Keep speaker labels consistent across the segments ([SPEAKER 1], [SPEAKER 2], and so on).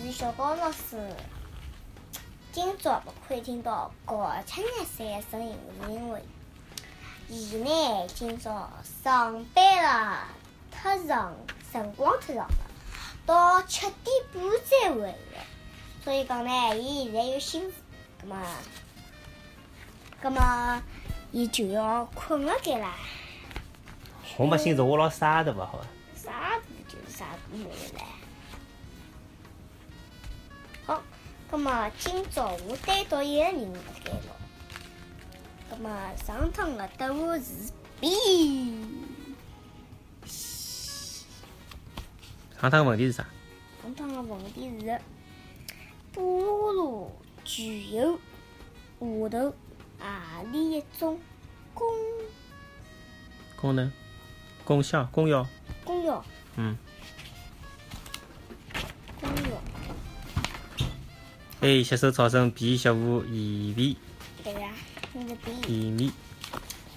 [SPEAKER 1] 就是今朝我看听到高七十三的沈莹认为，伊呢今朝上班了，太长，辰光太长了，到七点半才回来，所以讲呢，伊现在有心事，葛么，葛么，伊就要困了该啦。
[SPEAKER 2] 红白心是我老傻的勿好伐？
[SPEAKER 1] 啥不就是啥没有嘞。好，葛么今朝我单独一个人辣盖咯。葛么上趟的答案是 B。
[SPEAKER 2] 上趟问题是啥？
[SPEAKER 1] 上趟的问题是：布鲁鲁具有下头何里一种功
[SPEAKER 2] 功能、功效、功用。
[SPEAKER 1] 功用？
[SPEAKER 2] 嗯
[SPEAKER 1] 功用
[SPEAKER 2] ，A. 吸收草绳，B. 吸附盐味、
[SPEAKER 1] 对呀，那是 B。
[SPEAKER 2] 盐味，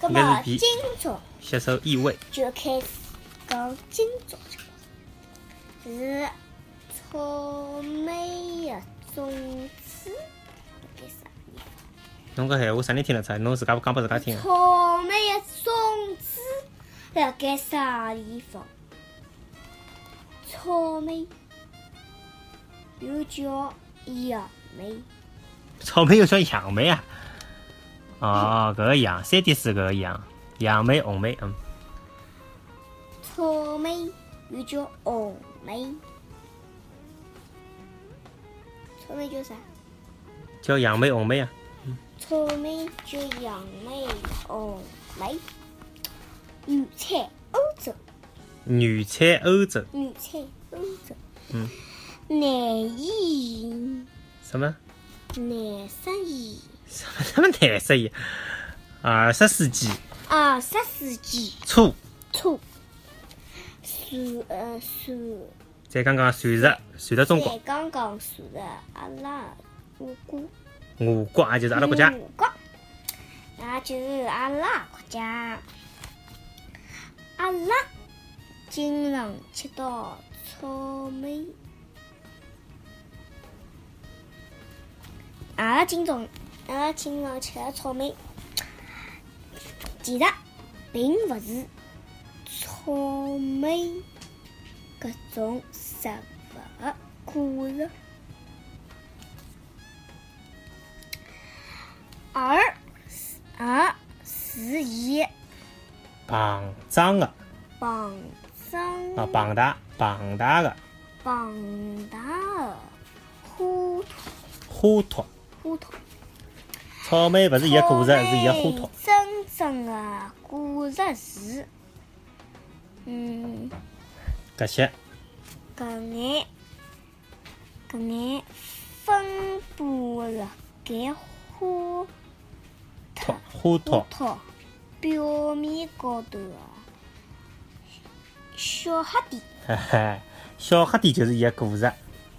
[SPEAKER 1] 葛
[SPEAKER 2] 应该是
[SPEAKER 1] 么
[SPEAKER 2] B
[SPEAKER 1] 今朝。
[SPEAKER 2] 吸收异味。
[SPEAKER 1] 就开始讲今朝是草莓的种子，搿啥意思？
[SPEAKER 2] 侬搿闲话啥人听得出来？侬自家讲拨自家听啊。
[SPEAKER 1] 草莓的种子辣盖啥地方？草莓又叫杨梅，
[SPEAKER 2] 草莓又叫杨梅啊？哦，搿个杨，三点水搿个杨，杨梅、红梅，嗯，
[SPEAKER 1] 草莓又叫红梅。草莓叫啥？
[SPEAKER 2] 叫杨梅、红梅啊。
[SPEAKER 1] 草莓叫杨梅、红梅，原产欧洲，
[SPEAKER 2] 原产欧洲，
[SPEAKER 1] 原产欧洲。
[SPEAKER 2] 嗯。
[SPEAKER 1] 难以
[SPEAKER 2] 什么
[SPEAKER 1] 难适宜。
[SPEAKER 2] 什么什么颜色呀？二十世纪
[SPEAKER 1] 二十世纪
[SPEAKER 2] 初，
[SPEAKER 1] 初，传呃传，
[SPEAKER 2] 再讲讲传入传入中
[SPEAKER 1] 才
[SPEAKER 2] 国，
[SPEAKER 1] 刚刚传入阿拉我国，
[SPEAKER 2] 我国也就是阿拉国家
[SPEAKER 1] 我，国，也嗯就是阿拉国家。阿拉经常吃到草莓。阿拉经常，阿拉经常吃的草莓，其实并不是草莓搿种食物的果实，而是而是伊
[SPEAKER 2] 膨胀的
[SPEAKER 1] 膨胀
[SPEAKER 2] 啊，膨大膨大的
[SPEAKER 1] 庞大的花
[SPEAKER 2] 花托，
[SPEAKER 1] 花筒，
[SPEAKER 2] 草莓勿是伊个果实，是伊个花托。
[SPEAKER 1] 真正的果实是，嗯，
[SPEAKER 2] 搿些
[SPEAKER 1] 搿眼搿眼分布辣盖花
[SPEAKER 2] 托花
[SPEAKER 1] 花
[SPEAKER 2] 托
[SPEAKER 1] 托表面高头的小黑点。
[SPEAKER 2] 嘿嘿，小黑点就是伊个果实，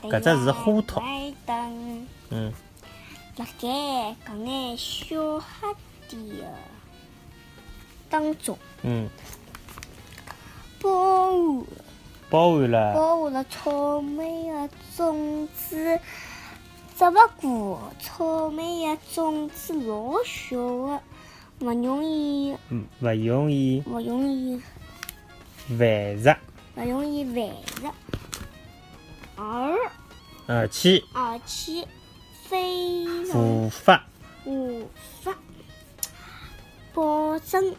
[SPEAKER 2] 搿只是花托，
[SPEAKER 1] 白灯
[SPEAKER 2] 嗯，
[SPEAKER 1] 辣盖搿眼小黑点的当中，
[SPEAKER 2] 嗯，
[SPEAKER 1] 包含
[SPEAKER 2] 包含了
[SPEAKER 1] 包含了草莓的种子，只不过草莓的种子老小的，勿容易
[SPEAKER 2] 嗯勿容易
[SPEAKER 1] 勿容易
[SPEAKER 2] 繁殖，
[SPEAKER 1] 勿容易繁殖，而
[SPEAKER 2] 而且
[SPEAKER 1] 而且非常。
[SPEAKER 2] 复发
[SPEAKER 1] 无法保证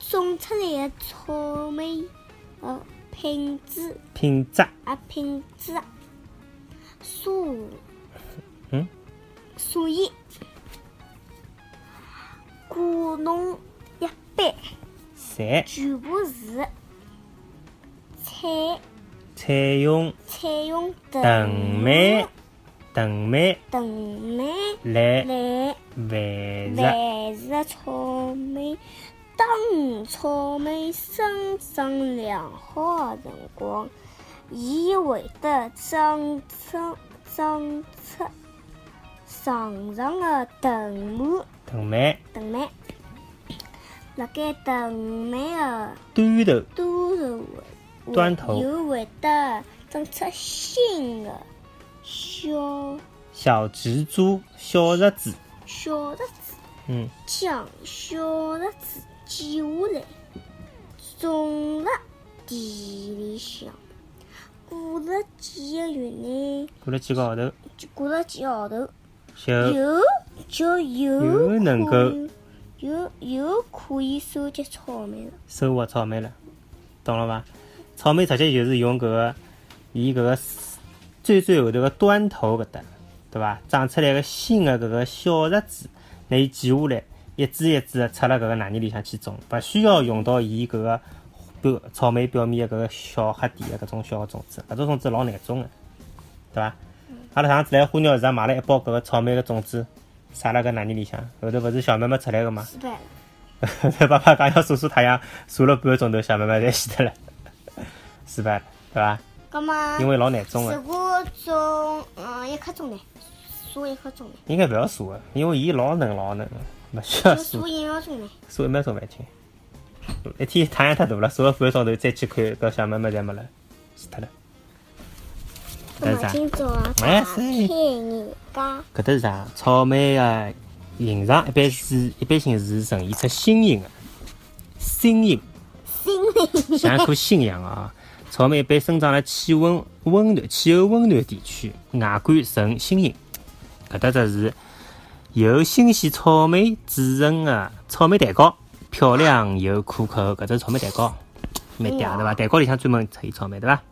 [SPEAKER 1] 种出来的草莓的品质
[SPEAKER 2] 品质，
[SPEAKER 1] 啊品质啊，所
[SPEAKER 2] 嗯，
[SPEAKER 1] 所以果农一般
[SPEAKER 2] 侪
[SPEAKER 1] 全部是采
[SPEAKER 2] 采用
[SPEAKER 1] 采用
[SPEAKER 2] 藤蔓
[SPEAKER 1] 蔓、
[SPEAKER 2] 藤蔓
[SPEAKER 1] 藤蔓
[SPEAKER 2] 来
[SPEAKER 1] 来
[SPEAKER 2] 繁殖，
[SPEAKER 1] 万事的草莓，当草莓生长良好的辰光，伊会得长出长出长长的藤蔓
[SPEAKER 2] 藤蔓
[SPEAKER 1] 藤蔓。辣盖藤蔓
[SPEAKER 2] 端头
[SPEAKER 1] 的端头会，
[SPEAKER 2] 端头
[SPEAKER 1] 又会得长出新的小
[SPEAKER 2] 小蜘蛛，小日子，
[SPEAKER 1] 小日子
[SPEAKER 2] 嗯，
[SPEAKER 1] 将小日子记下来，种了田里向。过了几个月呢，
[SPEAKER 2] 过了几个号头，
[SPEAKER 1] 就过了几个号头，
[SPEAKER 2] 就
[SPEAKER 1] 有就有
[SPEAKER 2] 呃有能够
[SPEAKER 1] 可以有有可以收集草莓了。
[SPEAKER 2] 收获草莓了，懂了伐？草莓直接就是用搿个，伊搿个最最后头个端头搿搭，对伐？长出来个新的搿个小日子，拿伊剪下来，一支一支的插辣搿个哪泥里向去种，勿需要用到伊搿个表草莓表面的搿个小黑点的搿种小个种子，搿种种子老难种的，对伐？阿拉上次来花鸟市场买了一包搿个草莓个种子，撒辣搿哪泥里向，后头勿是小妹妹出来个嘛？
[SPEAKER 1] 失败了，
[SPEAKER 2] 爸爸讲要晒晒太阳，晒了半个钟头，小妹妹侪死脱了， 失败了，对伐？
[SPEAKER 1] 那么
[SPEAKER 2] 因为老难种啊
[SPEAKER 1] 如
[SPEAKER 2] 个，
[SPEAKER 1] 果种嗯一刻钟呢，数一刻钟呢，
[SPEAKER 2] 应该勿要晒个，因为伊老嫩老嫩个，勿需
[SPEAKER 1] 就
[SPEAKER 2] 要晒
[SPEAKER 1] 数，一秒钟呢。
[SPEAKER 2] 晒一秒钟勿要紧。一天太阳太大了，晒了半个钟头再去看，搿小妹妹侪没了，死脱了。
[SPEAKER 1] 那
[SPEAKER 2] 搿
[SPEAKER 1] 么
[SPEAKER 2] 是啥？
[SPEAKER 1] 今朝啊，
[SPEAKER 2] 哎
[SPEAKER 1] 打开人家
[SPEAKER 2] 搿搭是啥？草莓个形状一般是一般性是呈现出心形个，啊心形。
[SPEAKER 1] 心里
[SPEAKER 2] 像一颗心一样啊。草莓一般生长辣气温温暖、气候温暖地区，外观呈心形。搿搭只是由新鲜草莓制成的草莓蛋糕，漂亮又可口。搿只草莓蛋糕蛮嗲对伐？蛋糕里向专门出现草莓对伐？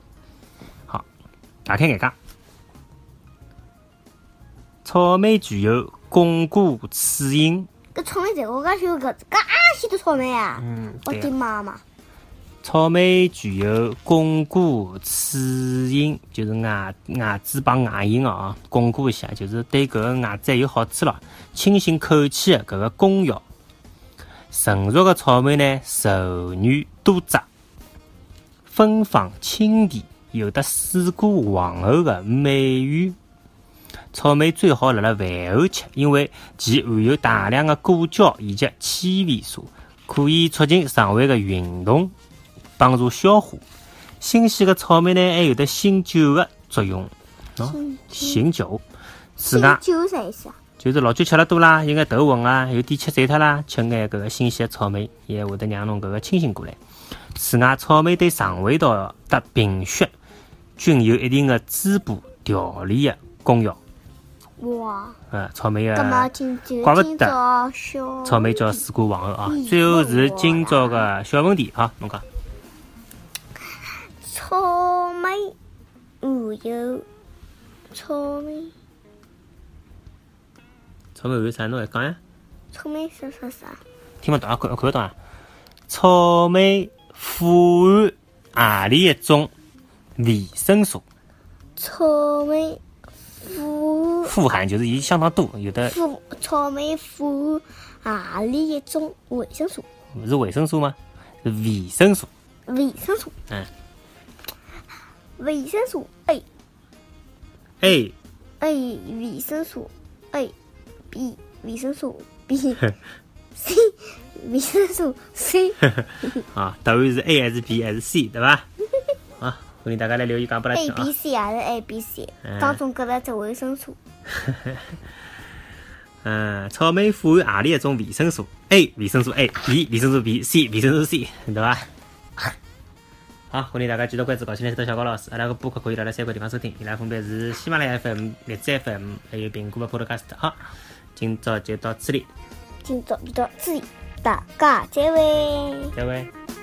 [SPEAKER 2] 好，打开眼界。草莓具有巩固齿龈，
[SPEAKER 1] 搿草莓蛋糕搿是有搿介许多草莓啊！
[SPEAKER 2] 嗯，
[SPEAKER 1] 我
[SPEAKER 2] 对
[SPEAKER 1] 的
[SPEAKER 2] 啊。
[SPEAKER 1] 妈妈，
[SPEAKER 2] 草莓具有巩固齿龈，就是牙牙齿帮牙龈啊，巩固一下，就是对搿个牙齿有好处咯。清新口气啊的搿个功效。成熟的草莓呢，柔软多汁，芬芳清甜，有得水果皇后的美誉。草莓最好辣辣饭后吃，因为其含有大量的果胶以及纤维素，可以促进肠胃的运动，帮助消化。新鲜的草莓呢，还有得醒酒的作用，喏、醒酒。此
[SPEAKER 1] 新
[SPEAKER 2] 外，
[SPEAKER 1] 酒啥意思啊？
[SPEAKER 2] 就是老酒吃了多啦，有眼头昏啊，有点吃醉脱啦，吃眼搿个新鲜的草莓，也会得让侬搿个清醒过来。此外，草莓对肠胃道的贫血均有一定的滋补调理的功效。
[SPEAKER 1] 哇！
[SPEAKER 2] 呃，草莓
[SPEAKER 1] 搿么
[SPEAKER 2] 的
[SPEAKER 1] 今
[SPEAKER 2] 怪
[SPEAKER 1] 朝
[SPEAKER 2] 不
[SPEAKER 1] 今
[SPEAKER 2] 得
[SPEAKER 1] 朝小
[SPEAKER 2] 草莓叫水果皇后啊
[SPEAKER 1] 嗯。
[SPEAKER 2] 最后是今朝的小问题啊，侬讲
[SPEAKER 1] 草莓，还有草莓，
[SPEAKER 2] 草莓有啥？侬来讲呀？
[SPEAKER 1] 草莓啥啥啥？
[SPEAKER 2] 听勿懂啊，看看勿懂啊。草莓富含何里一种维生素？
[SPEAKER 1] 草莓富
[SPEAKER 2] 富含就是伊相当多，有的
[SPEAKER 1] 富草莓富何里一种维生素？
[SPEAKER 2] 是维生素吗？是维生素。
[SPEAKER 1] 维生素，
[SPEAKER 2] 嗯
[SPEAKER 1] 维生素 A
[SPEAKER 2] ，A
[SPEAKER 1] A 维生素 A 哎 B 维生素 B C 维生素 C
[SPEAKER 2] 啊，答案是 A 还是 B 还是 C 对伐？啊，欢迎大家来留言讲拨拉
[SPEAKER 1] A
[SPEAKER 2] 听
[SPEAKER 1] B
[SPEAKER 2] 啊。
[SPEAKER 1] C 还是 A B C
[SPEAKER 2] 嗯
[SPEAKER 1] 当中搿个只维生素
[SPEAKER 2] 嗯，草莓富含何里一种维生素？A 维生素 A，B 维生素 B，C 维生素 C，对伐？好，欢迎大家继续关注搞新来头小高老师，阿拉个播客可以辣辣三个地方收听，伊拉分别是喜马拉雅 FM、荔枝 FM，还有苹果的 Podcast。好，今朝就到此里，
[SPEAKER 1] 今朝就到这里，大家再会。
[SPEAKER 2] 再会。